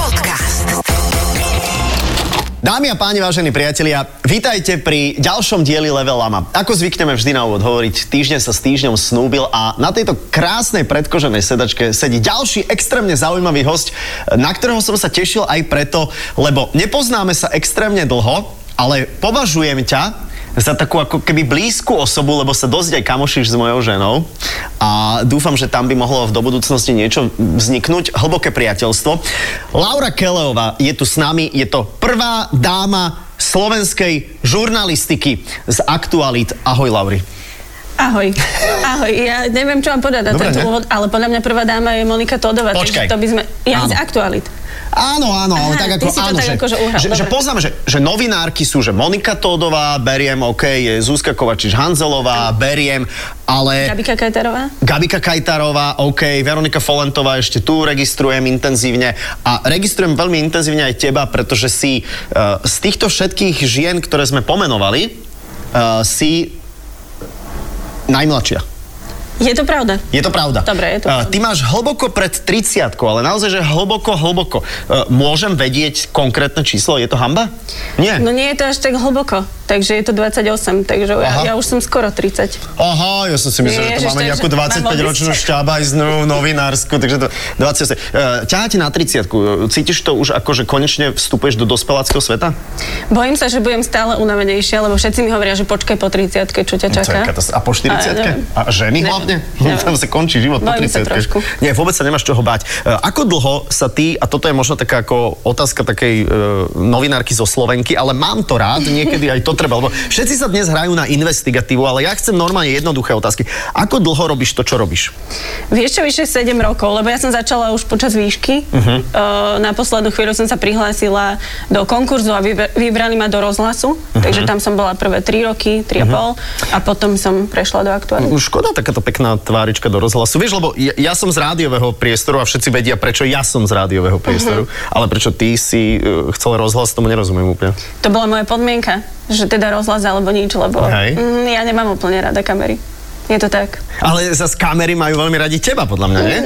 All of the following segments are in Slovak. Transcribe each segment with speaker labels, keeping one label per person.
Speaker 1: Podcast.
Speaker 2: Dámy a páni, vážení priatelia, vítajte pri ďalšom dieli Level Lama. Ako zvykneme vždy na úvod hovoriť, týždeň sa s týždňom snúbil a na tejto krásnej predkoženej sedačke sedí ďalší extrémne zaujímavý host, na ktorého som sa tešil aj preto, lebo nepoznáme sa extrémne dlho, ale považujem ťa za takú ako keby blízku osobu, lebo sa dosť aj kamošíš s mojou ženou a dúfam, že tam by mohlo do budúcnosti niečo vzniknúť, hlboké priateľstvo. Laura Keleová je tu s nami, je to prvá dáma slovenskej žurnalistiky z Aktualit. Ahoj, Lauri.
Speaker 3: Ahoj, ahoj. Ja neviem, čo vám povedať na
Speaker 2: Dobre,
Speaker 3: tento
Speaker 2: ne?
Speaker 3: úvod, ale podľa mňa prvá dáma je Monika Todová,
Speaker 2: Počkaj.
Speaker 3: takže to by sme... Ja
Speaker 2: Áno.
Speaker 3: z aktualit.
Speaker 2: Áno, áno, ale
Speaker 3: Aha,
Speaker 2: tak
Speaker 3: ty
Speaker 2: ako,
Speaker 3: si to
Speaker 2: áno,
Speaker 3: tak
Speaker 2: že,
Speaker 3: akože uhral,
Speaker 2: že, že
Speaker 3: dobre.
Speaker 2: poznám, že, že novinárky sú, že Monika Tódová, beriem, OK, je Zuzka Kovačiš-Hanzelová, beriem, ale...
Speaker 3: Gabika Kajtarová?
Speaker 2: Gabika Kajtarová, OK, Veronika Folentová ešte tu registrujem intenzívne a registrujem veľmi intenzívne aj teba, pretože si uh, z týchto všetkých žien, ktoré sme pomenovali, uh, si najmladšia.
Speaker 3: Je to pravda.
Speaker 2: Je to pravda.
Speaker 3: Dobre, je to
Speaker 2: Eh,
Speaker 3: pravda.
Speaker 2: Ty máš hlboko pred 30 ale naozaj, že hlboko, hlboko. Uh, môžem vedieť konkrétne číslo? Je to hamba? Nie.
Speaker 3: No nie je to až tak hlboko, takže je to 28, takže
Speaker 2: Aha.
Speaker 3: ja, ja už som skoro 30.
Speaker 2: Aha, ja som si myslel, že to
Speaker 3: Ježiš,
Speaker 2: máme
Speaker 3: to je,
Speaker 2: nejakú
Speaker 3: že mám
Speaker 2: 25-ročnú
Speaker 3: odísť.
Speaker 2: šťábajznú novinársku, takže to 28. Uh, ťaháte na 30 Cítiš to už ako, že konečne vstupuješ do dospeláckého sveta?
Speaker 3: Bojím sa, že budem stále unavenejšia, lebo všetci mi hovoria, že počkaj po 30 čo
Speaker 2: No,
Speaker 3: ťa
Speaker 2: To je
Speaker 3: čaká.
Speaker 2: katastrofa. A po 40
Speaker 3: neviem.
Speaker 2: A ženy
Speaker 3: Neviem,
Speaker 2: hlavne?
Speaker 3: neviem.
Speaker 2: Tam sa končí život po
Speaker 3: Bojím sa
Speaker 2: 30
Speaker 3: trošku.
Speaker 2: Nie, vôbec sa nemáš čoho báť. E, Ako dlho sa ty, a toto je možno taká ako otázka takej e, novinárky zo Slovenky, ale mám to rád, niekedy aj to treba, lebo všetci sa dnes hrajú na investigatívu, ale ja chcem normálne jednoduché otázky. Ako dlho robíš to, čo robíš?
Speaker 3: Vieš čo, vyše 7 rokov, lebo ja som začala už počas výšky. Uh-huh. na poslednú chvíľu som sa prihlásila do konkurzu a vybr- vybrali ma do rozhlasu, uh-huh. takže tam som bola prvé 3 roky, 3,5 uh-huh. a potom som prešla do aktuálnych.
Speaker 2: Mm. Škoda takáto pekná tvárička do rozhlasu. Vieš, lebo ja, ja som z rádiového priestoru a všetci vedia, prečo ja som z rádiového priestoru, uh-huh. ale prečo ty si e, chcel rozhlas, tomu nerozumiem úplne.
Speaker 3: To bola moja podmienka, že teda rozhlas alebo nič, lebo
Speaker 2: Hej.
Speaker 3: mm, ja nemám úplne rada kamery. Je to tak.
Speaker 2: Ale zase kamery majú veľmi radi teba, podľa mňa, nie?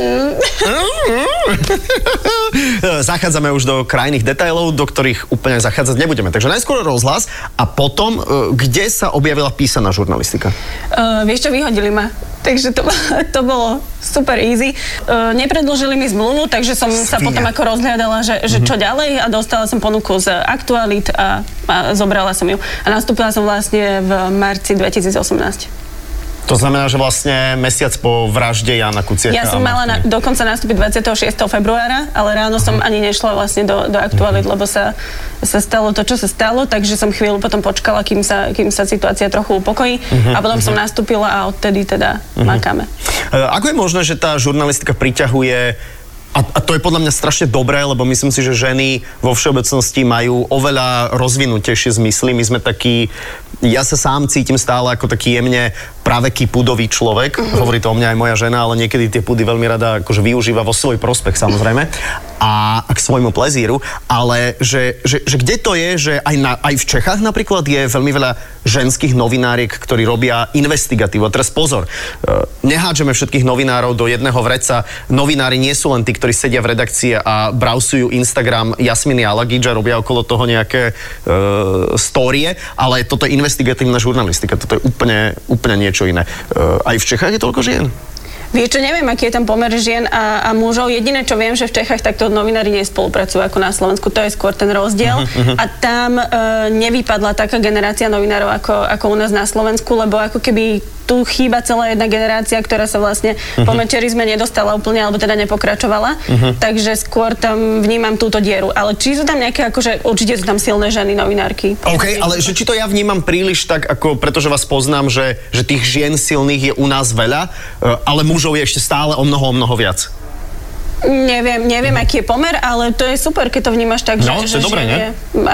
Speaker 2: Zachádzame už do krajných detailov, do ktorých úplne zachádzať nebudeme. Takže najskôr rozhlas a potom, e, kde sa objavila písaná žurnalistika.
Speaker 3: Uh, vieš čo, vyhodili ma. Takže to, to bolo super easy. Uh, nepredlžili mi zmluvu, takže som sa
Speaker 2: Svinia.
Speaker 3: potom ako rozhľadala, že, že čo ďalej a dostala som ponuku z Aktualit a, a zobrala som ju. A nastúpila som vlastne v marci 2018.
Speaker 2: To znamená, že vlastne mesiac po vražde Jana Kuciaka.
Speaker 3: Ja
Speaker 2: a
Speaker 3: som mala na,
Speaker 2: Martiny.
Speaker 3: dokonca nastúpiť 26. februára, ale ráno som ani nešla vlastne do, do Aktualit, lebo sa, sa stalo to, čo sa stalo, takže som chvíľu potom počkala, kým sa, kým sa situácia trochu upokojí a potom som nastúpila a odtedy teda makáme.
Speaker 2: E, Ako je možné, že tá žurnalistika priťahuje a, a to je podľa mňa strašne dobré, lebo myslím si, že ženy vo všeobecnosti majú oveľa rozvinutejšie zmysly. My sme takí, ja sa sám cítim stále ako taký jemne práve pudový človek. Hovorí to o mňa aj moja žena, ale niekedy tie pudy veľmi rada akože využíva vo svoj prospech samozrejme a a k svojmu plezíru. Ale že, že, že kde to je, že aj, na, aj v Čechách napríklad je veľmi veľa ženských novináriek, ktorí robia investigatívu. A teraz pozor, eh, nehádžeme všetkých novinárov do jedného vreca. Novinári nie sú len tí, ktorí sedia v redakcii a brausujú Instagram Jasminy Alagič a robia okolo toho nejaké uh, stórie, ale toto je investigatívna žurnalistika. Toto je úplne, úplne niečo iné. Uh, aj v Čechách je toľko žien?
Speaker 3: Vieš čo, neviem, aký je tam pomer žien a, a mužov. Jediné, čo viem, že v Čechách takto novinári nespolupracujú ako na Slovensku. To je skôr ten rozdiel. Uh-huh, uh-huh. A tam e, nevypadla taká generácia novinárov ako, ako u nás na Slovensku, lebo ako keby tu chýba celá jedna generácia, ktorá sa vlastne uh-huh. po mečerizme nedostala úplne, alebo teda nepokračovala. Uh-huh. Takže skôr tam vnímam túto dieru. Ale či sú tam nejaké, akože určite sú tam silné ženy novinárky.
Speaker 2: OK, ale že či to ja vnímam príliš tak, ako pretože vás poznám, že, že tých žien silných je u nás veľa, e, ale mužov je ešte stále o mnoho, o mnoho viac.
Speaker 3: Neviem, neviem, aký je pomer, ale to je super, keď to vnímaš tak,
Speaker 2: Mhm. No, to
Speaker 3: že,
Speaker 2: je dobré,
Speaker 3: že
Speaker 2: ne?
Speaker 3: je,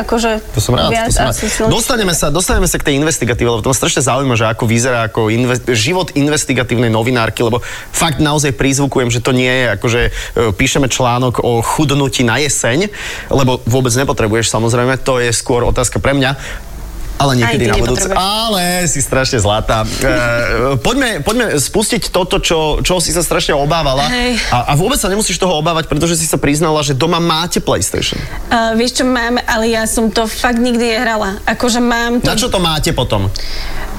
Speaker 3: akože
Speaker 2: To som rád.
Speaker 3: viac
Speaker 2: to som rád. No,
Speaker 3: asi silný.
Speaker 2: Dostaneme, sa, dostaneme sa k tej investigatíve, lebo to ma strašne zaujíma, že ako vyzerá ako inve- život investigatívnej novinárky, lebo fakt naozaj prízvukujem, že to nie je ako, že e, píšeme článok o chudnutí na jeseň, lebo vôbec nepotrebuješ samozrejme, to je skôr otázka pre mňa. Ale niekedy
Speaker 3: ty
Speaker 2: na budúce.
Speaker 3: nepotrebuješ.
Speaker 2: Ale si strašne zlatá. E, poďme, poďme spustiť toto, čo, čo si sa strašne obávala.
Speaker 3: Hej.
Speaker 2: A, a vôbec sa nemusíš toho obávať, pretože si sa priznala, že doma máte PlayStation.
Speaker 3: Uh, vieš čo mám, ale ja som to fakt nikdy nehrala. Akože mám to...
Speaker 2: Na čo to máte potom?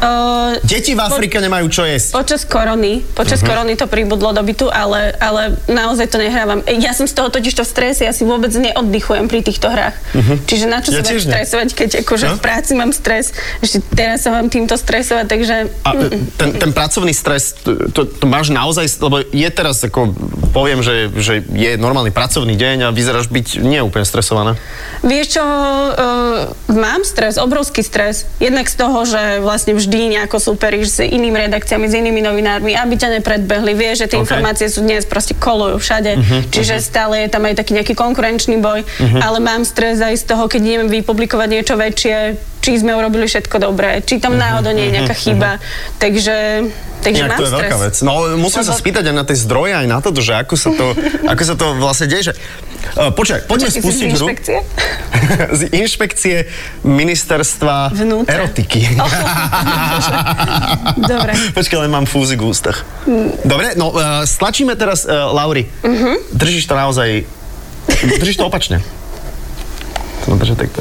Speaker 3: Uh,
Speaker 2: Deti v Afrike nemajú čo jesť.
Speaker 3: Počas korony, počas
Speaker 2: Mhm.
Speaker 3: uh-huh. korony to pribudlo do bytu, ale, ale naozaj to nehrávam. E, Ja som z toho totiž to v strese, ja si vôbec neoddychujem pri týchto hrách. Uh-huh. Čiže na čo
Speaker 2: Mhm. Ja
Speaker 3: sa mám
Speaker 2: tiež ne.
Speaker 3: stresovať, keď akože
Speaker 2: No.
Speaker 3: v práci mám stres, že teraz sa mám týmto stresovať, takže...
Speaker 2: A e, ten, ten pracovný stres, to, to, to máš naozaj, lebo je teraz, ako poviem, že, že je normálny pracovný deň a vyzeráš byť nie úplne stresovaná.
Speaker 3: Vieš čo, uh, mám stres, obrovský stres. Jednak z toho, že vlastne vždy nejako súperíš s inými redakciami, s inými novinármi, aby ťa nepredbehli. Vieš, že tie
Speaker 2: OK. Mhm,
Speaker 3: okay. informácie sú dnes proste kolujú všade, uh-huh, čiže uh-huh. stále je tam aj taký nejaký konkurenčný boj, uh-huh. ale mám stres aj z toho, keď idem vypublikovať niečo väčšie, či sme urobili všetko dobré, či tam náhodou nie je nejaká chyba. Takže,
Speaker 2: Mhm,
Speaker 3: takže
Speaker 2: Inak
Speaker 3: mám
Speaker 2: to je
Speaker 3: stres.
Speaker 2: veľká vec. No musím sa
Speaker 3: Lebo-
Speaker 2: spýtať aj na tie zdroje, aj na to, že ako sa to, ako sa to vlastne deje. Že... E, Počkaj, poďme
Speaker 3: Ty si z
Speaker 2: spustiť hru
Speaker 3: inšpekcie?
Speaker 2: z inšpekcie ministerstva
Speaker 3: Vnútra.
Speaker 2: erotiky.
Speaker 3: Oh, Dobre. Mm.
Speaker 2: Počkaj, len mám fúzik v ústach. Dobre, no uh, stlačíme teraz uh, Lauri. Uh-huh.
Speaker 3: Mhm.
Speaker 2: Držíš to naozaj... Držíš to opačne. To mám držať takto.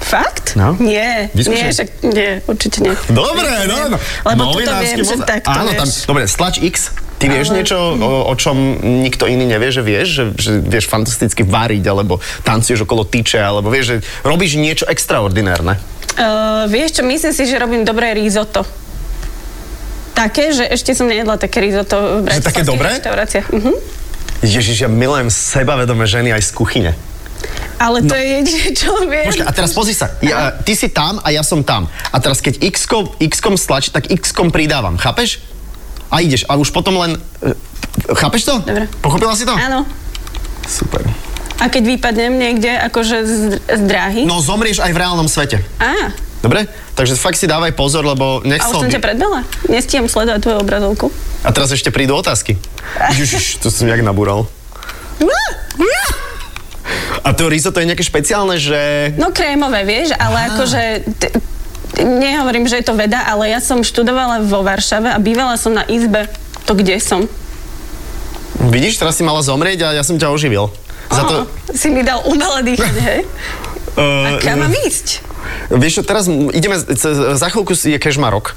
Speaker 3: Fakt?
Speaker 2: No.
Speaker 3: Nie,
Speaker 2: Vyskúšaj.
Speaker 3: nie, však, nie, určite nie.
Speaker 2: Dobre,
Speaker 3: Nie,
Speaker 2: no, no.
Speaker 3: Lebo toto viem, že
Speaker 2: mozog.
Speaker 3: tak to
Speaker 2: Áno, tam,
Speaker 3: vieš.
Speaker 2: dobre, stlač X. Ty vieš
Speaker 3: Ale-
Speaker 2: niečo, o, o čom nikto iný nevie, že vieš? Že, že vieš fantasticky variť, alebo tancuješ okolo tyče, alebo vieš, že robíš niečo extraordinárne.
Speaker 3: Uh, vieš čo, myslím si, že robím dobré risotto. Také, že ešte som nejedla také risotto v
Speaker 2: Že také
Speaker 3: bratislavských
Speaker 2: dobré?
Speaker 3: reštauráciách. Mhm.
Speaker 2: Ježiš, ja milujem sebavedomé ženy aj z kuchyne.
Speaker 3: Ale to je jediné, čo
Speaker 2: No.
Speaker 3: viem.
Speaker 2: Počkaj, a teraz pozri sa. Ja, ty si tam a ja som tam. A teraz keď X-kom, X-kom stlač, tak X-kom pridávam. Chápeš? A ideš. A už potom len... e, Chápeš to?
Speaker 3: Dobre.
Speaker 2: Pochopila si to?
Speaker 3: Áno.
Speaker 2: Super.
Speaker 3: A keď vypadnem niekde, akože z, z dráhy.
Speaker 2: No zomrieš aj v reálnom svete.
Speaker 3: Á,
Speaker 2: Dobre? Takže fakt si dávaj pozor, lebo
Speaker 3: a
Speaker 2: nechcel
Speaker 3: už som ťa predbehla. Nestíham sledovať tvoju obrazovku.
Speaker 2: A teraz ešte prídu otázky. Ježiš, to som jak nabúral. A to risotto je nejaké špeciálne, že...
Speaker 3: No krémové, vieš, ale akože... T- t- nehovorím, že je to veda, ale ja som študovala vo Varšave a bývala som na izbe. To kde som?
Speaker 2: Vidíš, teraz si mala zomrieť a ja som ťa oživil. Za to...
Speaker 3: Ó, si mi dal umelé dýchať, hej? A
Speaker 2: Uh,
Speaker 3: kam mám ísť?
Speaker 2: Vieš čo, teraz m- ideme, z- ce- za chvíľku je kežmarok.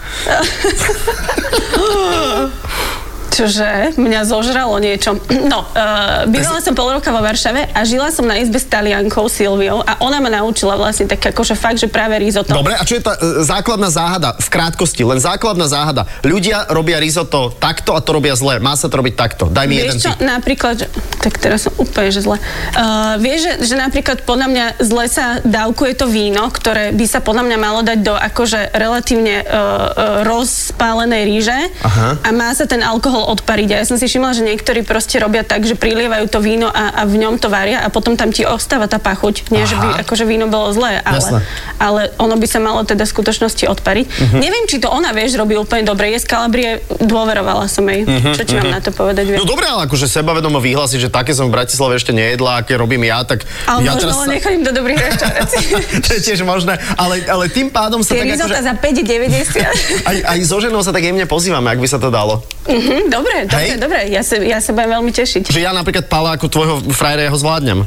Speaker 3: Čože? Mňa zožralo niečo. No, uh, bývala som pol roka vo Varšave a žila som na izbe s Taliankou Silviou a ona ma naučila vlastne tak akože fakt, že práve risotto.
Speaker 2: Dobre, a čo je tá e, základná záhada? V krátkosti, len základná záhada. Ľudia robia risotto takto a to robia zle. Má sa to robiť takto. Daj mi jeden
Speaker 3: Vieš čo,
Speaker 2: tip.
Speaker 3: napríklad, že, tak teraz som úplne, že zle. Uh, vieš, že, že napríklad podľa mňa zle sa dávkuje to víno, ktoré by sa podľa mňa malo dať do akože relatívne uh, uh, rozpálenej ríže
Speaker 2: Aha.
Speaker 3: a má sa ten alkohol odpariť. A ja som si všimla, že niektorí proste robia tak, že prilievajú to víno a, a v ňom to varia a potom tam ti ostáva tá pachuť. Nie, že by
Speaker 2: Aha.
Speaker 3: akože víno bolo zlé,
Speaker 2: Jasné. Mhm.
Speaker 3: ale, ale ono by sa malo teda v skutočnosti odpariť. Neviem, či to ona, vieš, robí úplne dobre. Je z Kalabrie, dôverovala som jej.
Speaker 2: Mhm,
Speaker 3: Čo ti mám na to povedať? vieš?
Speaker 2: No dobre, ale akože sebavedomo vyhlásiť, že také som v Bratislave ešte nejedla, aké robím ja, tak
Speaker 3: Ale
Speaker 2: ja
Speaker 3: ja možno len
Speaker 2: sa-
Speaker 3: nechodím do dobrých reštaurácií.
Speaker 2: To je tiež možné, ale, ale tým pádom sa
Speaker 3: Tie
Speaker 2: tak
Speaker 3: risotto
Speaker 2: akože...
Speaker 3: za 5,90.
Speaker 2: Aj, aj so ženou sa tak jemne pozývame, ak by sa to dalo.
Speaker 3: Mhm, dobre, dobre,
Speaker 2: Hej.
Speaker 3: dobre. Ja sa, ja sa budem veľmi tešiť.
Speaker 2: Že ja napríklad Pala ako tvojho frajera ja ho zvládnem.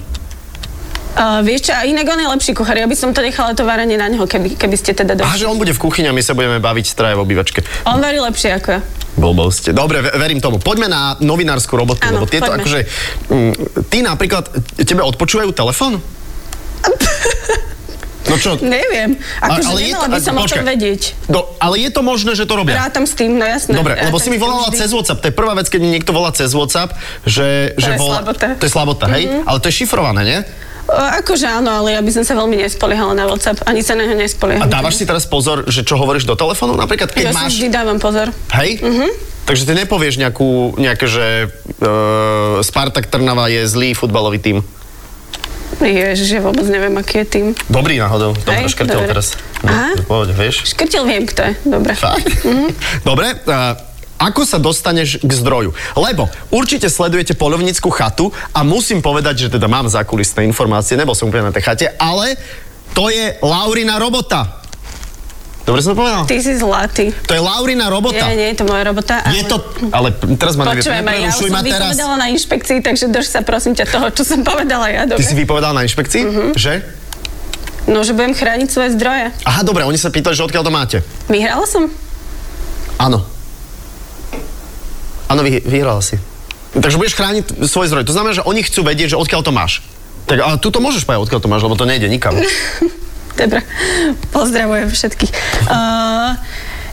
Speaker 3: Uh, vieš čo, a inak on je lepší kuchár. Ja by som to nechala to varenie na neho, keby, keby ste teda
Speaker 2: A
Speaker 3: došli.
Speaker 2: že on bude v kuchyni a my sa budeme baviť traje v obývačke.
Speaker 3: On varí lepšie ako ja.
Speaker 2: Blbosti. Dobre, ve- verím tomu. Poďme na novinárskú robotu,
Speaker 3: Áno,
Speaker 2: lebo tieto
Speaker 3: poďme.
Speaker 2: akože... Mm, ty napríklad, tebe odpočúvajú telefón? No čo?
Speaker 3: Neviem. Akože
Speaker 2: ale je
Speaker 3: nemala
Speaker 2: to-
Speaker 3: by
Speaker 2: a-
Speaker 3: som o
Speaker 2: počkaj.
Speaker 3: tom vedieť.
Speaker 2: No, ale je to možné, že to robia?
Speaker 3: Rátam s tým, no jasné.
Speaker 2: Dobre, lebo
Speaker 3: Rátam
Speaker 2: si mi
Speaker 3: s tým
Speaker 2: volala
Speaker 3: vždy.
Speaker 2: cez WhatsApp. To je prvá vec, keď mi niekto volá cez WhatsApp, že... že
Speaker 3: je
Speaker 2: volá,
Speaker 3: slabota. Mhm.
Speaker 2: To je slabota, hej? Ale to je šifrované, nie?
Speaker 3: Akože áno, ale ja by som sa veľmi nespoliehala na WhatsApp, ani sa na ňo nespolieham.
Speaker 2: A dávaš si teraz pozor, že čo hovoríš do telefónu napríklad, keď
Speaker 3: Mhm. Ja si
Speaker 2: máš...
Speaker 3: vždy Mhm. dávam pozor.
Speaker 2: Hej? Mm-hmm. Takže ty nepovieš nejakú, nejaké, že uh, Spartak Trnava je zlý futbalový tím.
Speaker 3: Ježiš, ja vôbec neviem, aký je tým.
Speaker 2: Dobrý náhodou, to
Speaker 3: Hej,
Speaker 2: škrtel
Speaker 3: dobre.
Speaker 2: teraz.
Speaker 3: Aha.
Speaker 2: No, v pohode, vieš? Mhm.
Speaker 3: Škrtil viem, kto je. Dobre.
Speaker 2: Fakt? Dobre, a ako sa dostaneš k zdroju? Lebo určite sledujete polovnícku chatu a musím povedať, že teda mám zákulisné informácie, nebol som úplne na tej chate, ale to je Laurina robota. Dobre som to povedal?
Speaker 3: Ty si zlatý.
Speaker 2: To je Laurina robota.
Speaker 3: Nie, nie, je to moja robota.
Speaker 2: Je to... Ale teraz ma nevie-
Speaker 3: Počujem, ma, ja už
Speaker 2: neprerušuj
Speaker 3: som
Speaker 2: ma teraz.
Speaker 3: vypovedala na inšpekcii, takže drž sa prosím ťa toho, čo som povedala ja.
Speaker 2: Ty
Speaker 3: Dobre?
Speaker 2: si vypovedal na inšpekcii,
Speaker 3: Mhm.
Speaker 2: že?
Speaker 3: No, že budem chrániť svoje zdroje.
Speaker 2: Aha, dobre, oni sa pýtali, že odkiaľ to máte.
Speaker 3: Vyhrala som?
Speaker 2: Áno. Áno, vy, vyhrala si. Takže budeš chrániť svoj zdroj. To znamená, že oni chcú vedieť, že odkiaľ to máš. Tak ale tu to môžeš povedať, odkiaľ to máš, lebo to nejde nikam.
Speaker 3: Dobre, pozdravujem všetkých. Uh,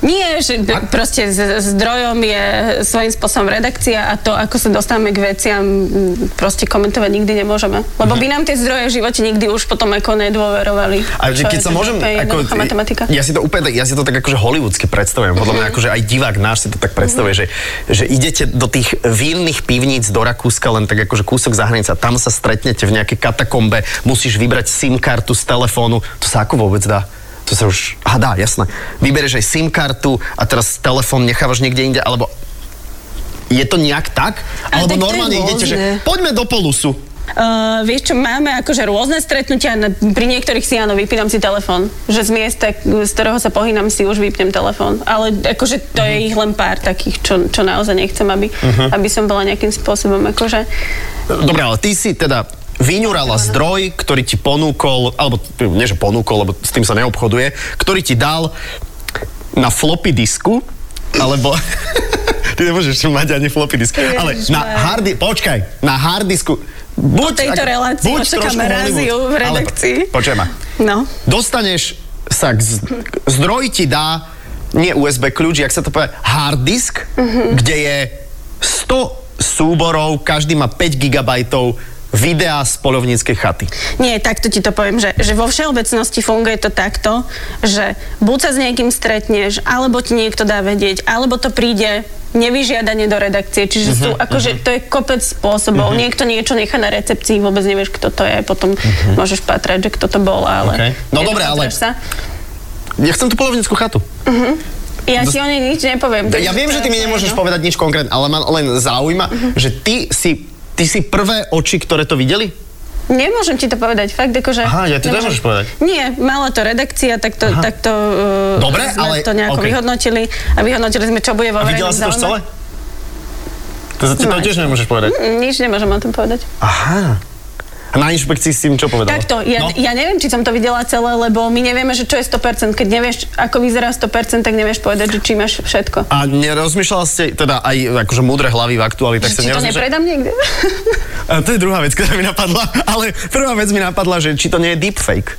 Speaker 3: nie, že b- proste z- zdrojom je svojím spôsobom redakcia a to, ako sa dostávame k veciam, m, proste komentovať nikdy nemôžeme.
Speaker 2: Mhm.
Speaker 3: Lebo by nám tie zdroje v živote nikdy už potom ako nedôverovali.
Speaker 2: A že
Speaker 3: Čo
Speaker 2: keď
Speaker 3: je
Speaker 2: sa
Speaker 3: to
Speaker 2: môžem...
Speaker 3: úplne jednoduchá matematika. Mhm.
Speaker 2: ja si to úplne tak, ja si to tak akože hollywoodsky predstavujem. Podľa mňa akože aj divák náš si to tak predstavuje, že, že idete do tých vínnych pivníc do Rakúska, len tak akože kúsok za hranica, tam sa stretnete v nejakej katakombe, musíš vybrať SIM kartu z telefónu. To sa ako vôbec dá? To sa už... Aha, dá, jasné. Vybereš aj SIM kartu a teraz telefón nechávaš niekde inde, alebo je to nejak tak?
Speaker 3: Ale
Speaker 2: Alebo
Speaker 3: tak to je
Speaker 2: normálne idete, že
Speaker 3: rôzne.
Speaker 2: poďme do polusu.
Speaker 3: Uh, vieš čo, máme akože rôzne stretnutia, na, pri niektorých si áno, vypínam si telefón, že z miesta, z ktorého sa pohynam, si už vypnem telefón, ale akože to je ich len pár takých, čo, čo naozaj nechcem, aby, aby som bola nejakým spôsobom akože...
Speaker 2: Dobre, ale ty si teda vyňurala zdroj, ktorý ti ponúkol, alebo t- nie že ponúkol, lebo s tým sa neobchoduje, ktorý ti dal na floppy disku, alebo... Ty nemôžeš mať ani floppy disk.
Speaker 3: Ježiš,
Speaker 2: Ale na
Speaker 3: Maria.
Speaker 2: hard... Počkaj, na hard disku... Buď,
Speaker 3: Po tejto
Speaker 2: ako-
Speaker 3: relácii
Speaker 2: buď
Speaker 3: očakáme
Speaker 2: trošku
Speaker 3: ráziu
Speaker 2: Hollywood,
Speaker 3: v redakcii.
Speaker 2: Ale, počujem ma.
Speaker 3: No.
Speaker 2: Dostaneš sa k... z- k- Zdroj ti dá, nie USB kľúč, jak sa to povie, hard disk,
Speaker 3: Mhm.
Speaker 2: kde je 100 súborov, každý má 5 GB videa z polovníckej chaty.
Speaker 3: Nie, takto ti to poviem, že, že vo všeobecnosti funguje to takto, že buď sa s niekým stretneš, alebo ti niekto dá vedieť, alebo to príde nevyžiadanie do redakcie. Čiže sú,
Speaker 2: Mhm,
Speaker 3: akože, to je kopec spôsobov. Niekto niečo nechá na recepcii, vôbec nevieš, kto to je, potom môžeš patrať, že kto to bol, ale...
Speaker 2: Mhm. Ok. No dobre, ale-
Speaker 3: nedopatráš Sa.
Speaker 2: Ja chcem tú polovnícku chatu.
Speaker 3: Ja ti o nej nič nepoviem.
Speaker 2: Ja viem, že ty mi nemôžeš
Speaker 3: no.
Speaker 2: povedať nič konkrétne, ale ma len zaujíma,
Speaker 3: Mhm.
Speaker 2: že ty si, ty si prvé oči, ktoré to videli?
Speaker 3: Nemôžem ti to povedať, fakt akože...
Speaker 2: Aha, ja ti to
Speaker 3: nemôžem-
Speaker 2: nemôžeš povedať.
Speaker 3: Nie, mala to redakcia, tak to, tak to uh,
Speaker 2: Dobre,
Speaker 3: sme
Speaker 2: ale-
Speaker 3: to nejako
Speaker 2: ok.
Speaker 3: vyhodnotili a vyhodnotili sme, čo bude
Speaker 2: A
Speaker 3: vo
Speaker 2: videla
Speaker 3: verejnom
Speaker 2: si to už
Speaker 3: záujme.
Speaker 2: celé? To, to, to
Speaker 3: Nice.
Speaker 2: tiež nemôžeš povedať.
Speaker 3: Nič nemôžem o tom povedať.
Speaker 2: Aha. A na inšpekcii s tým čo povedala?
Speaker 3: Takto,
Speaker 2: No.
Speaker 3: ja, ja neviem, či som to videla celé, lebo my nevieme, že čo je 100%. Keď nevieš, ako vyzerá 100%, tak nevieš povedať, že či máš všetko.
Speaker 2: A nerozmýšľala ste, teda aj akože múdre hlavy v aktuáli, tak
Speaker 3: Že
Speaker 2: ste
Speaker 3: či to
Speaker 2: nerozmýšľali...
Speaker 3: nepredám niekde?
Speaker 2: A to je druhá vec, ktorá mi napadla, ale prvá vec mi napadla, že či to nie je deepfake.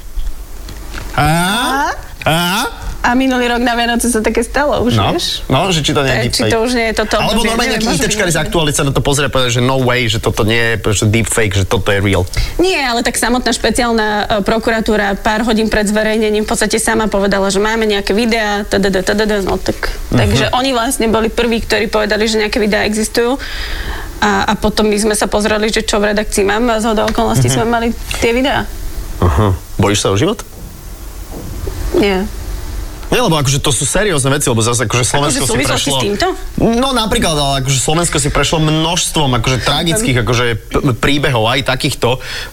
Speaker 2: A? A?
Speaker 3: A minulý rok na Vianoce sa také stalo už,
Speaker 2: No,
Speaker 3: vieš?
Speaker 2: no, že či to nie je
Speaker 3: Tak, E, či
Speaker 2: deepfake.
Speaker 3: to už nie je toto
Speaker 2: Alebo
Speaker 3: obdobie,
Speaker 2: normálne
Speaker 3: neviem,
Speaker 2: nejaký
Speaker 3: možno by
Speaker 2: ITčkari z
Speaker 3: nebolo.
Speaker 2: aktuály sa na to pozrie a povie, že no way, že toto nie je že deepfake, že toto je real.
Speaker 3: Nie, ale tak samotná špeciálna e, prokuratúra pár hodín pred zverejnením v podstate sama povedala, že máme nejaké videá, tadada, tadada, no tak, takže oni vlastne boli prví, ktorí povedali, že nejaké videá existujú. A, a potom my sme sa pozreli, že čo v redakcii máme a zhodou okolností sme mali tie videá.
Speaker 2: Aha. Bojíš sa o život?
Speaker 3: Nie.
Speaker 2: Nie, lebo akože to sú seriózne veci, lebo zase akože Slovensko
Speaker 3: Akože v
Speaker 2: si
Speaker 3: súvislosti
Speaker 2: prešlo...
Speaker 3: s týmto?
Speaker 2: No napríklad, ale akože Slovensko si prešlo množstvom akože tragických akože p- príbehov aj takýchto eh,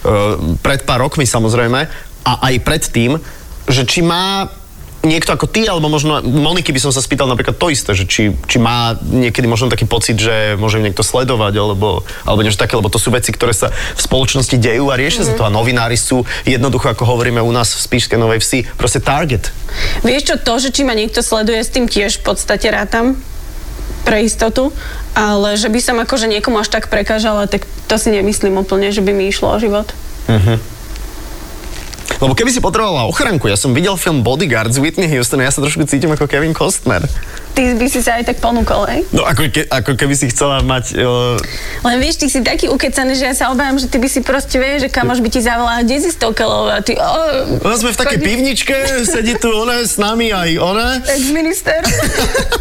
Speaker 2: pred pár rokmi samozrejme a aj predtým, že či má niekto ako ty, alebo možno Moniky by som sa spýtal napríklad to isté, že či, či má niekedy možno taký pocit, že môže ju niekto sledovať, alebo, alebo niečo také, lebo to sú veci, ktoré sa v spoločnosti dejú a riešia sa to a novinári sú jednoducho, ako hovoríme u nás v Spišskej Novej Vsi, proste target.
Speaker 3: Vieš čo, to, že či ma niekto sleduje, s tým tiež v podstate rátam pre istotu, ale že by som akože niekomu až tak prekážala, tak to si nemyslím úplne, že by mi išlo o život.
Speaker 2: Lebo keby si potrebovala ochranku, ja som videl film Bodyguard z Whitney Houston a ja sa trošku cítim ako Kevin Costner.
Speaker 3: ty by si sa aj tak ponúkol, hej?
Speaker 2: No ako, ke, ako keby si chcela mať... Uh,
Speaker 3: Len vieš, ty si taký ukecaný, že ja sa obávam, že ty by si proste, vieš, že kamoš by ti zavolal, kde si stokelov a ty... O,
Speaker 2: no sme v takej
Speaker 3: chodí-
Speaker 2: pivničke, sedí tu ona s nami aj ona.
Speaker 3: Ex-minister.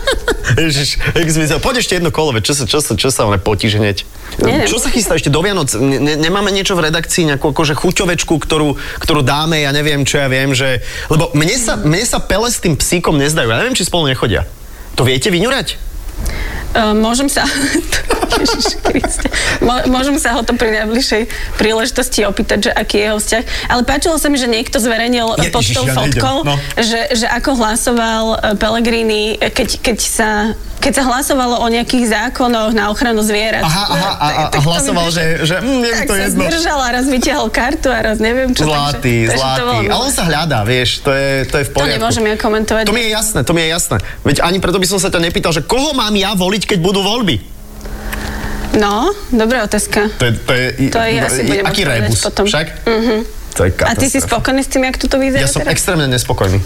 Speaker 2: Ježiš, jak sme sa... Poď ešte jedno kolo, veď čo sa, čo sa, čo sa ale potíš hneď.
Speaker 3: Neviem.
Speaker 2: Čo sa chystá ešte do Vianoc? Ne, ne- nemáme niečo v redakcii, nejakú akože chuťovečku, ktorú, ktorú dáme, ja neviem, čo ja viem, že... Lebo mne sa, mne sa pele s tým psíkom nezdajú, ja neviem, či spolu nechodia. To viete vyňurať?
Speaker 3: Uh, môžem sa... Ježiš Kriste. Mo- môžem sa ho to pri najbližšej príležitosti opýtať, že aký je jeho vzťah. Ale páčilo sa mi, že niekto zverejnil
Speaker 2: Je-
Speaker 3: Je, pod
Speaker 2: Ježiš,
Speaker 3: tou
Speaker 2: ja nejdem,
Speaker 3: fotkou,
Speaker 2: no.
Speaker 3: že, že ako hlasoval eh, Pellegrini, eh, keď, keď, sa, keď sa hlasovalo o nejakých zákonoch na ochranu zvierat.
Speaker 2: Aha, aha, a, a, a
Speaker 3: Tak- tak to mi
Speaker 2: hlasoval, že,
Speaker 3: prišlo-
Speaker 2: že mm, je mi
Speaker 3: Tak
Speaker 2: to
Speaker 3: sa
Speaker 2: jedno.
Speaker 3: zdržal a raz vytiahol kartu a raz neviem čo.
Speaker 2: Zlatý,
Speaker 3: takže, Takže to, bolo
Speaker 2: zlatý. Ale on
Speaker 3: milé.
Speaker 2: sa hľadá, vieš, to je, to je v
Speaker 3: to
Speaker 2: poriadku.
Speaker 3: nemôžem ja komentovať.
Speaker 2: To mi je jasné, to mi je jasné. Veď ani preto by som sa ťa nepýtal, že koho mám ja voliť, keď budú voľby?
Speaker 3: No, dobrá otázka.
Speaker 2: To je, to je,
Speaker 3: To je- ja si budem
Speaker 2: aký
Speaker 3: odpovedať
Speaker 2: rébus,
Speaker 3: potom. Mhm.
Speaker 2: však? Mm-hmm. To je
Speaker 3: A ty si
Speaker 2: katastrofa.
Speaker 3: spokojný s tým, jak toto vyzerá
Speaker 2: Ja som
Speaker 3: teraz?
Speaker 2: extrémne nespokojný.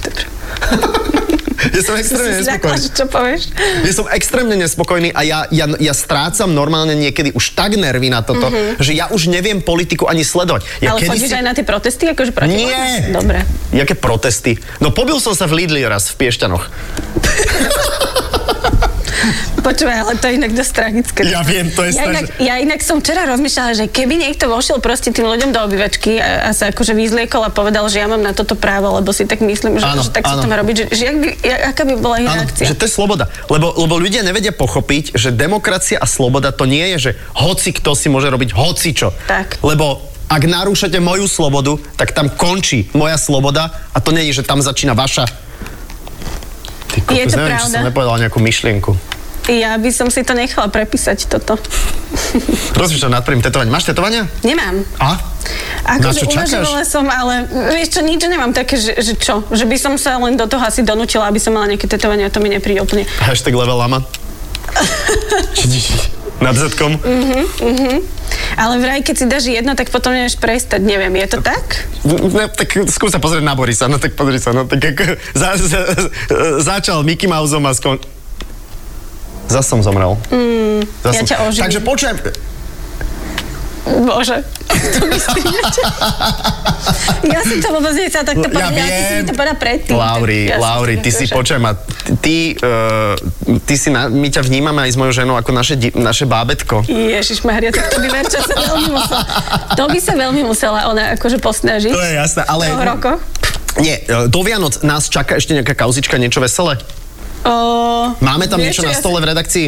Speaker 2: ja som extrémne
Speaker 3: si
Speaker 2: nespokojný.
Speaker 3: že čo povieš?
Speaker 2: Ja som extrémne nespokojný a ja, ja, ja strácam normálne niekedy už tak nervy na toto, že ja už neviem politiku ani sledovať. Ja
Speaker 3: Mhm. Ale chodíš aj na tie protesty, akože proti
Speaker 2: Nie!
Speaker 3: vláde? Dobre.
Speaker 2: Jaké protesty? No pobil som sa v Lidli raz v Piešťanoch.
Speaker 3: Počúvaj, ale to je inak dosť tragické.
Speaker 2: Ja viem, to je
Speaker 3: ja inak,
Speaker 2: strašné.
Speaker 3: ja inak som včera rozmýšľala, že keby niekto vošiel proste tým ľuďom do obývačky a, a sa akože vyzliekol a povedal, že ja mám na toto právo, lebo si tak myslím, že,
Speaker 2: Áno,
Speaker 3: že tak sa
Speaker 2: áno.
Speaker 3: to má robiť, že, že jak by, ja, aká by bola iná
Speaker 2: Áno,
Speaker 3: akcia.
Speaker 2: že to je sloboda. Lebo, lebo ľudia nevedia pochopiť, že demokracia a sloboda to nie je, že hoci kto si môže robiť hoci čo.
Speaker 3: Tak.
Speaker 2: Lebo ak narúšate moju slobodu, tak tam končí moja sloboda a to nie je, že tam začína vaša. Ty
Speaker 3: Je
Speaker 2: neviem,
Speaker 3: to
Speaker 2: či
Speaker 3: pravda.
Speaker 2: som nepovedal nejakú myšlienku.
Speaker 3: Ja by som si to nechala prepísať toto.
Speaker 2: Rozmýšľam nad prvým tetovaním. Máš tetovania?
Speaker 3: Nemám.
Speaker 2: No A? Na čo
Speaker 3: Akože
Speaker 2: čakáš?
Speaker 3: uvažovala som, ale vieš čo, nič nemám také, že, že čo? Že by som sa len do toho asi donútila, aby som mala nejaké tetovanie a to mi nepríde úplne.
Speaker 2: Hashtag level lama. Či- či- či- nad zadkom?
Speaker 3: Ale vraj, keď si dáš jedno, tak potom nevieš prestať. Neviem, je to tak?
Speaker 2: No, tak skús sa pozrieť na Borisa, no tak pozri sa, no tak ako, za, za, začal Mickey Mouseom a skon... Zas som zomrel. Mm,
Speaker 3: ja ťa oživím.
Speaker 2: Takže počujem...
Speaker 3: Bože. To by si ja som to vôbec nechcela takto
Speaker 2: No, Ja
Speaker 3: povedať, ale ty si mi
Speaker 2: viem.
Speaker 3: to povedala predtým.
Speaker 2: Lauri,
Speaker 3: Tak ja som
Speaker 2: Lauri,
Speaker 3: to
Speaker 2: ty si
Speaker 3: akože-
Speaker 2: počujem a ty, uh, ty si, na, my ťa vnímame aj s mojou ženou ako naše, di- naše bábetko.
Speaker 3: Ježiš Maria, tak to by Verča sa veľmi musela. To by sa veľmi musela ona akože posnažiť.
Speaker 2: To je jasné, ale-
Speaker 3: V dvoch rokoch.
Speaker 2: Nie, e, do Vianoc nás čaká ešte nejaká kauzička, niečo veselé.
Speaker 3: O,
Speaker 2: Máme tam
Speaker 3: vieš
Speaker 2: niečo
Speaker 3: čo,
Speaker 2: na
Speaker 3: ja si-
Speaker 2: stole v redakcii?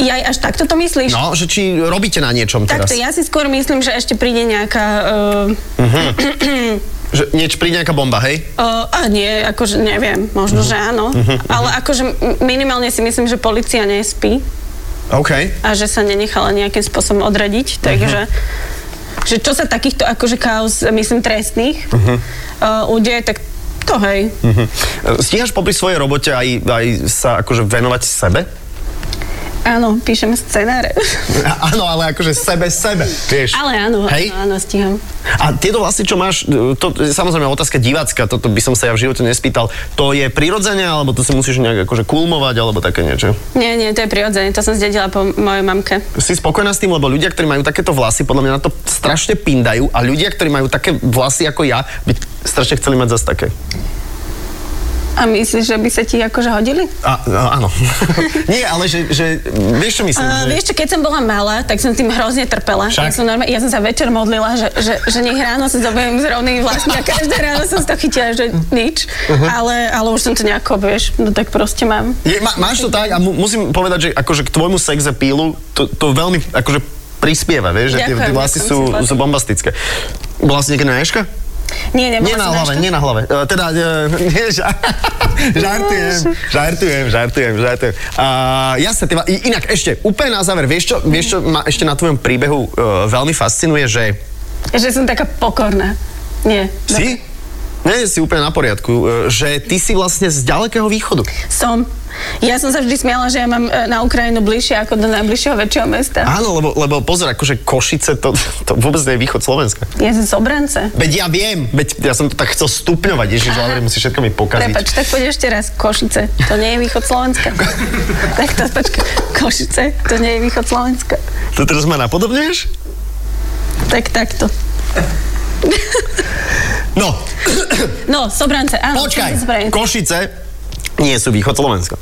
Speaker 3: Ja až takto to myslíš?
Speaker 2: No, že či robíte na niečom teraz? Mhm.
Speaker 3: Takto, ja si skôr myslím, že ešte príde nejaká... Uh,
Speaker 2: Že nieč príde nejaká bomba, hej?
Speaker 3: uh, a nie, akože neviem, možno, že áno.
Speaker 2: Mhm.
Speaker 3: Ale akože m- minimálne si myslím, že policia nespí
Speaker 2: OK.
Speaker 3: a že sa nenechala nejakým spôsobom odradiť, takže...
Speaker 2: Mhm.
Speaker 3: Že čo sa takýchto akože kauz, myslím, trestných uh, udeje, tak to hej.
Speaker 2: Mhm. Stíhaš popri svojej robote aj, aj sa akože venovať sebe?
Speaker 3: Áno, píšem scenáre.
Speaker 2: Áno, ale akože sebe, sebe, vieš.
Speaker 3: Ale áno,
Speaker 2: Hej?
Speaker 3: áno, áno, stíham.
Speaker 2: A tieto vlastne, čo máš, to je samozrejme otázka divácka, toto by som sa ja v živote nespýtal. To je prirodzene, alebo to si musíš nejak akože kulmovať, alebo také niečo?
Speaker 3: Nie, nie, to je prirodzené, to som zdedila po mojej mamke.
Speaker 2: Si spokojná s tým, lebo ľudia, ktorí majú takéto vlasy, podľa mňa na to strašne pindajú a ľudia, ktorí majú také vlasy ako ja, by strašne chceli mať zase také.
Speaker 3: A myslíš, že by sa ti akože hodili?
Speaker 2: A, a, áno. Nie, ale že, že, vieš čo myslím?
Speaker 3: Uh,
Speaker 2: že...
Speaker 3: vieš čo, keď som bola malá, tak som tým hrozne trpela.
Speaker 2: Mhm. Však.
Speaker 3: Ja som, normálne, ja som sa večer modlila, že, že, že nech ráno sa zobujem z rovnými vlastmi a každé ráno som si to chytila, že nič.
Speaker 2: Mhm.
Speaker 3: Ale, ale už som to nejako, vieš, no tak proste mám.
Speaker 2: Je, má, máš to tak a mu, musím povedať, že akože k tvojmu sex appealu to, to veľmi akože prispieva, vieš, že tie,
Speaker 3: Ďakujem,
Speaker 2: tie vlasy
Speaker 3: ďakujem,
Speaker 2: sú,
Speaker 3: si zlatý.
Speaker 2: sú bombastické. Bola si niekedy na Eška?
Speaker 3: Nie, nebola
Speaker 2: Nie na
Speaker 3: som
Speaker 2: hlave,
Speaker 3: ešte-
Speaker 2: nie na hlave. E, teda, e, nie, ža- žartujem, žartujem, žartujem, žartujem. A, jasne, teba, i- inak ešte, úplne na záver, vieš čo, vieš čo ma ešte na tvojom príbehu e, veľmi fascinuje, že
Speaker 3: Že som taká pokorná. Nie.
Speaker 2: si, nie, si úplne na poriadku, e, že ty si vlastne z ďalekého východu.
Speaker 3: Som. Ja som sa vždy smiala, že ja mám e, na Ukrajinu bližšie ako do najbližšieho väčšieho mesta.
Speaker 2: Áno, lebo, lebo pozor, akože Košice, to, to vôbec nie je východ Slovenska.
Speaker 3: Ja som z Obrance.
Speaker 2: Veď ja viem, veď ja som to tak chcel stupňovať, ježiš,
Speaker 3: Aha.
Speaker 2: ale musí všetko mi pokaziť.
Speaker 3: Prepač, tak poď ešte raz. Košice, to nie je východ Slovenska. tak to počkaj. Košice, to nie je východ Slovenska.
Speaker 2: To teraz ma napodobňuješ?
Speaker 3: Tak takto.
Speaker 2: No,
Speaker 3: No, Sobrance, áno.
Speaker 2: počkaj,
Speaker 3: som sa spravená.
Speaker 2: Košice nie sú východ Slovenska.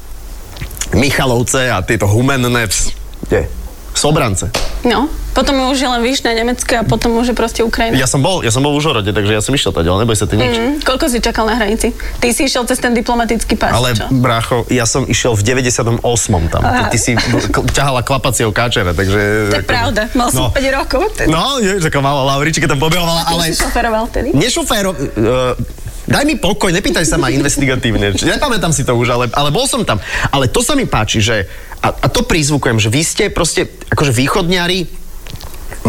Speaker 2: Michalovce a tieto humenné, vs- kde? Sobrance.
Speaker 3: No, potom už je len Výšne, Nemecké a potom už je proste Ukrajina.
Speaker 2: Ja som bol, ja som bol v Užorode, takže ja som išiel tady, ale neboj sa ty nič.
Speaker 3: Mm, koľko si čakal na hranici? Ty si išiel cez ten diplomatický pás,
Speaker 2: Ale
Speaker 3: čo?
Speaker 2: brácho, ja som išiel v 98. tam. Ty, ty si k- ťahala klapacieho káčera, takže...
Speaker 3: To je pravda, mal som 5 rokov. Ten,
Speaker 2: No, je, taká malá Laurička tam pobehovala, ale... No.
Speaker 3: ale... Si šoferoval vtedy.
Speaker 2: Nešoféro... Uh, daj mi pokoj, nepýtaj sa ma investigatívne. Či- Nepamätám si to už, ale, ale bol som tam. Ale to sa mi páči, že... A, a to prizvukujem, že vy ste proste akože východňari.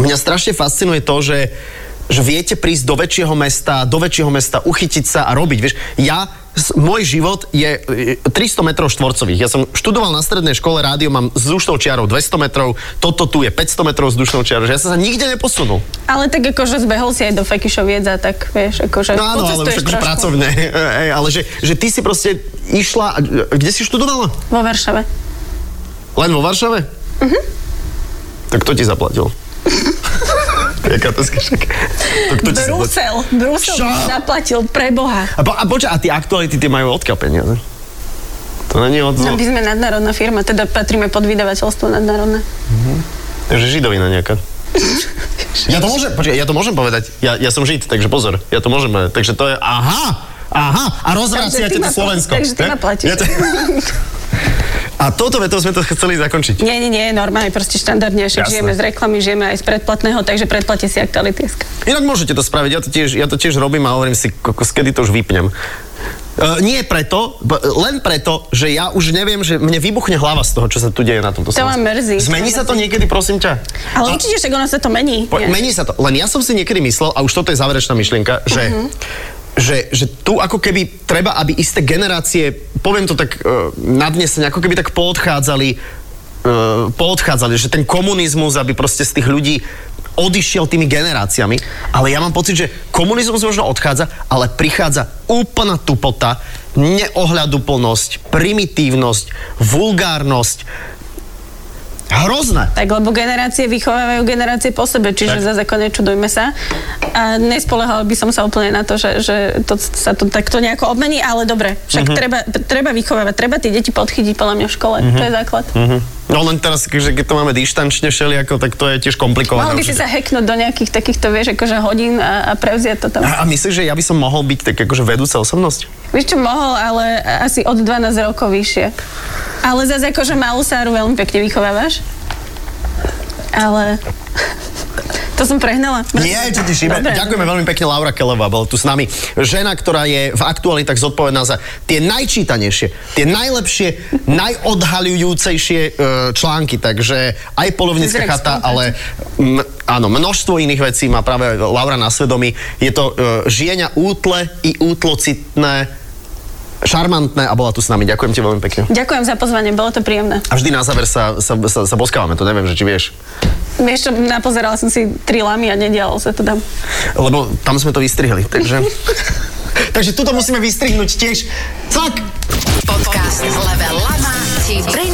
Speaker 2: Mňa strašne fascinuje to, že že viete prísť do väčšieho mesta, do väčšieho mesta, uchytiť sa a robiť. Vieš, ja, s- môj život je e, 300 metrov štvorcových. Ja som študoval na strednej škole rádio, mám vzdušnou čiarou 200 metrov, toto tu je 500 metrov vzdušnou čiarou, že ja som sa nikde neposunul.
Speaker 3: Ale tak akože zbehol si aj do Fekyšoviec a tak, vieš, akože
Speaker 2: No áno, ale už
Speaker 3: pocestuješ
Speaker 2: akože
Speaker 3: trošku.
Speaker 2: pracovne. Ej, ale že, že ty si proste išla... a- Kde si študovala?
Speaker 3: Vo Varšave.
Speaker 2: Len vo Varšave? Mhm. Tak kto ti zaplatil? Jaká to skešak. To kto ti zaplatil?
Speaker 3: Brusel, Brusel
Speaker 2: Čo?
Speaker 3: mi zaplatil, pre Boha.
Speaker 2: A, po, a počkaj, a tie aktuality, tie majú odkiaľ peniaze? To není od...
Speaker 3: No. My sme nadnárodná firma, teda patríme pod vydavateľstvo nadnárodné.
Speaker 2: Takže židovina nejaká. Ja to môžem, počkaj, ja to môžem povedať. Ja, ja som žid, takže pozor, ja to môžem povedať. Takže to je, aha, aha, a rozvraciate
Speaker 3: Takže ty
Speaker 2: to
Speaker 3: ma-
Speaker 2: Slovensko.
Speaker 3: takže ty
Speaker 2: ne?
Speaker 3: ma platíš.
Speaker 2: Ja to- A touto vetou sme to chceli zakončiť.
Speaker 3: Nie, nie, nie, normálne, proste štandardne, však
Speaker 2: Jasné.
Speaker 3: žijeme z reklamy, žijeme aj z predplatného, takže predplatte si aktuality.sk.
Speaker 2: Inak môžete to spraviť, ja to tiež, ja to tiež robím a hovorím si, kokos, kedy to už vypnem. Uh, nie preto, b- len preto, že ja už neviem, že mne vybuchne hlava z toho, čo sa tu deje na tomto
Speaker 3: To ma mrzí.
Speaker 2: Zmení
Speaker 3: To ma
Speaker 2: sa to
Speaker 3: mrzí.
Speaker 2: niekedy, prosím ťa?
Speaker 3: Ale
Speaker 2: A-
Speaker 3: určite, však ono sa to
Speaker 2: No.
Speaker 3: mení.
Speaker 2: Po,
Speaker 3: nie?
Speaker 2: mení sa to. Len ja som si niekedy myslel, a už toto je záverečná myšlienka, že, že, že tu ako keby treba, aby isté generácie, poviem to tak uh, nadnesene, ako keby tak poodchádzali, uh, poodchádzali, že ten komunizmus, aby proste z tých ľudí odišiel tými generáciami, ale ja mám pocit, že komunizmus možno odchádza, ale prichádza úplná tupota, neohľaduplnosť, primitívnosť, vulgárnosť. Hrozné.
Speaker 3: Tak lebo generácie vychovávajú generácie po sebe,
Speaker 2: Tak.
Speaker 3: čiže tak. zase ako nečudujme sa. A nespolehal by som sa úplne na to, že, že to, sa to takto nejako obmení, ale dobre, však
Speaker 2: Mhm.
Speaker 3: treba, treba vychovávať, treba tie deti podchytiť podľa mňa v škole,
Speaker 2: Mhm.
Speaker 3: to je základ.
Speaker 2: No len teraz, že keď to máme dištančne všelijako, tak to je tiež
Speaker 3: Mal
Speaker 2: komplikované.
Speaker 3: by si sa hacknúť do nejakých takýchto, vieš, akože hodín a, a prevziať to tam.
Speaker 2: a, a myslíš, že ja by som mohol byť tak akože vedúca osobnosť?
Speaker 3: Vieš čo, mohol, ale asi od 12 rokov vyššie. Ale zase akože malú Sáru veľmi pekne vychovávaš. Ale... to som prehnala.
Speaker 2: Nie, čo ti šíbe.
Speaker 3: No. Dobre.
Speaker 2: Ďakujeme veľmi pekne, Laura Keleva bola tu s nami. Žena, ktorá je v aktualitách zodpovedná za tie najčítanejšie, tie najlepšie, najodhaľujúcejšie e, články. Takže aj polovnícka
Speaker 3: Zrex
Speaker 2: chata,
Speaker 3: Pompec.
Speaker 2: ale m, áno, množstvo iných vecí má práve Laura na svedomí. Je to e, žienia útle i útlocitné, šarmantné a bola tu s nami. Ďakujem ti veľmi pekne.
Speaker 3: Ďakujem za pozvanie, bolo to príjemné.
Speaker 2: A vždy na záver sa, sa, sa, sa boskávame, to neviem, že či vieš.
Speaker 3: Vieš čo, napozerala som si tri lamy a nedialo sa to tam.
Speaker 2: Lebo tam sme to vystrihli, takže... takže tuto musíme vystrihnúť tiež. Tak!
Speaker 1: Podcast Level Lama ti prináša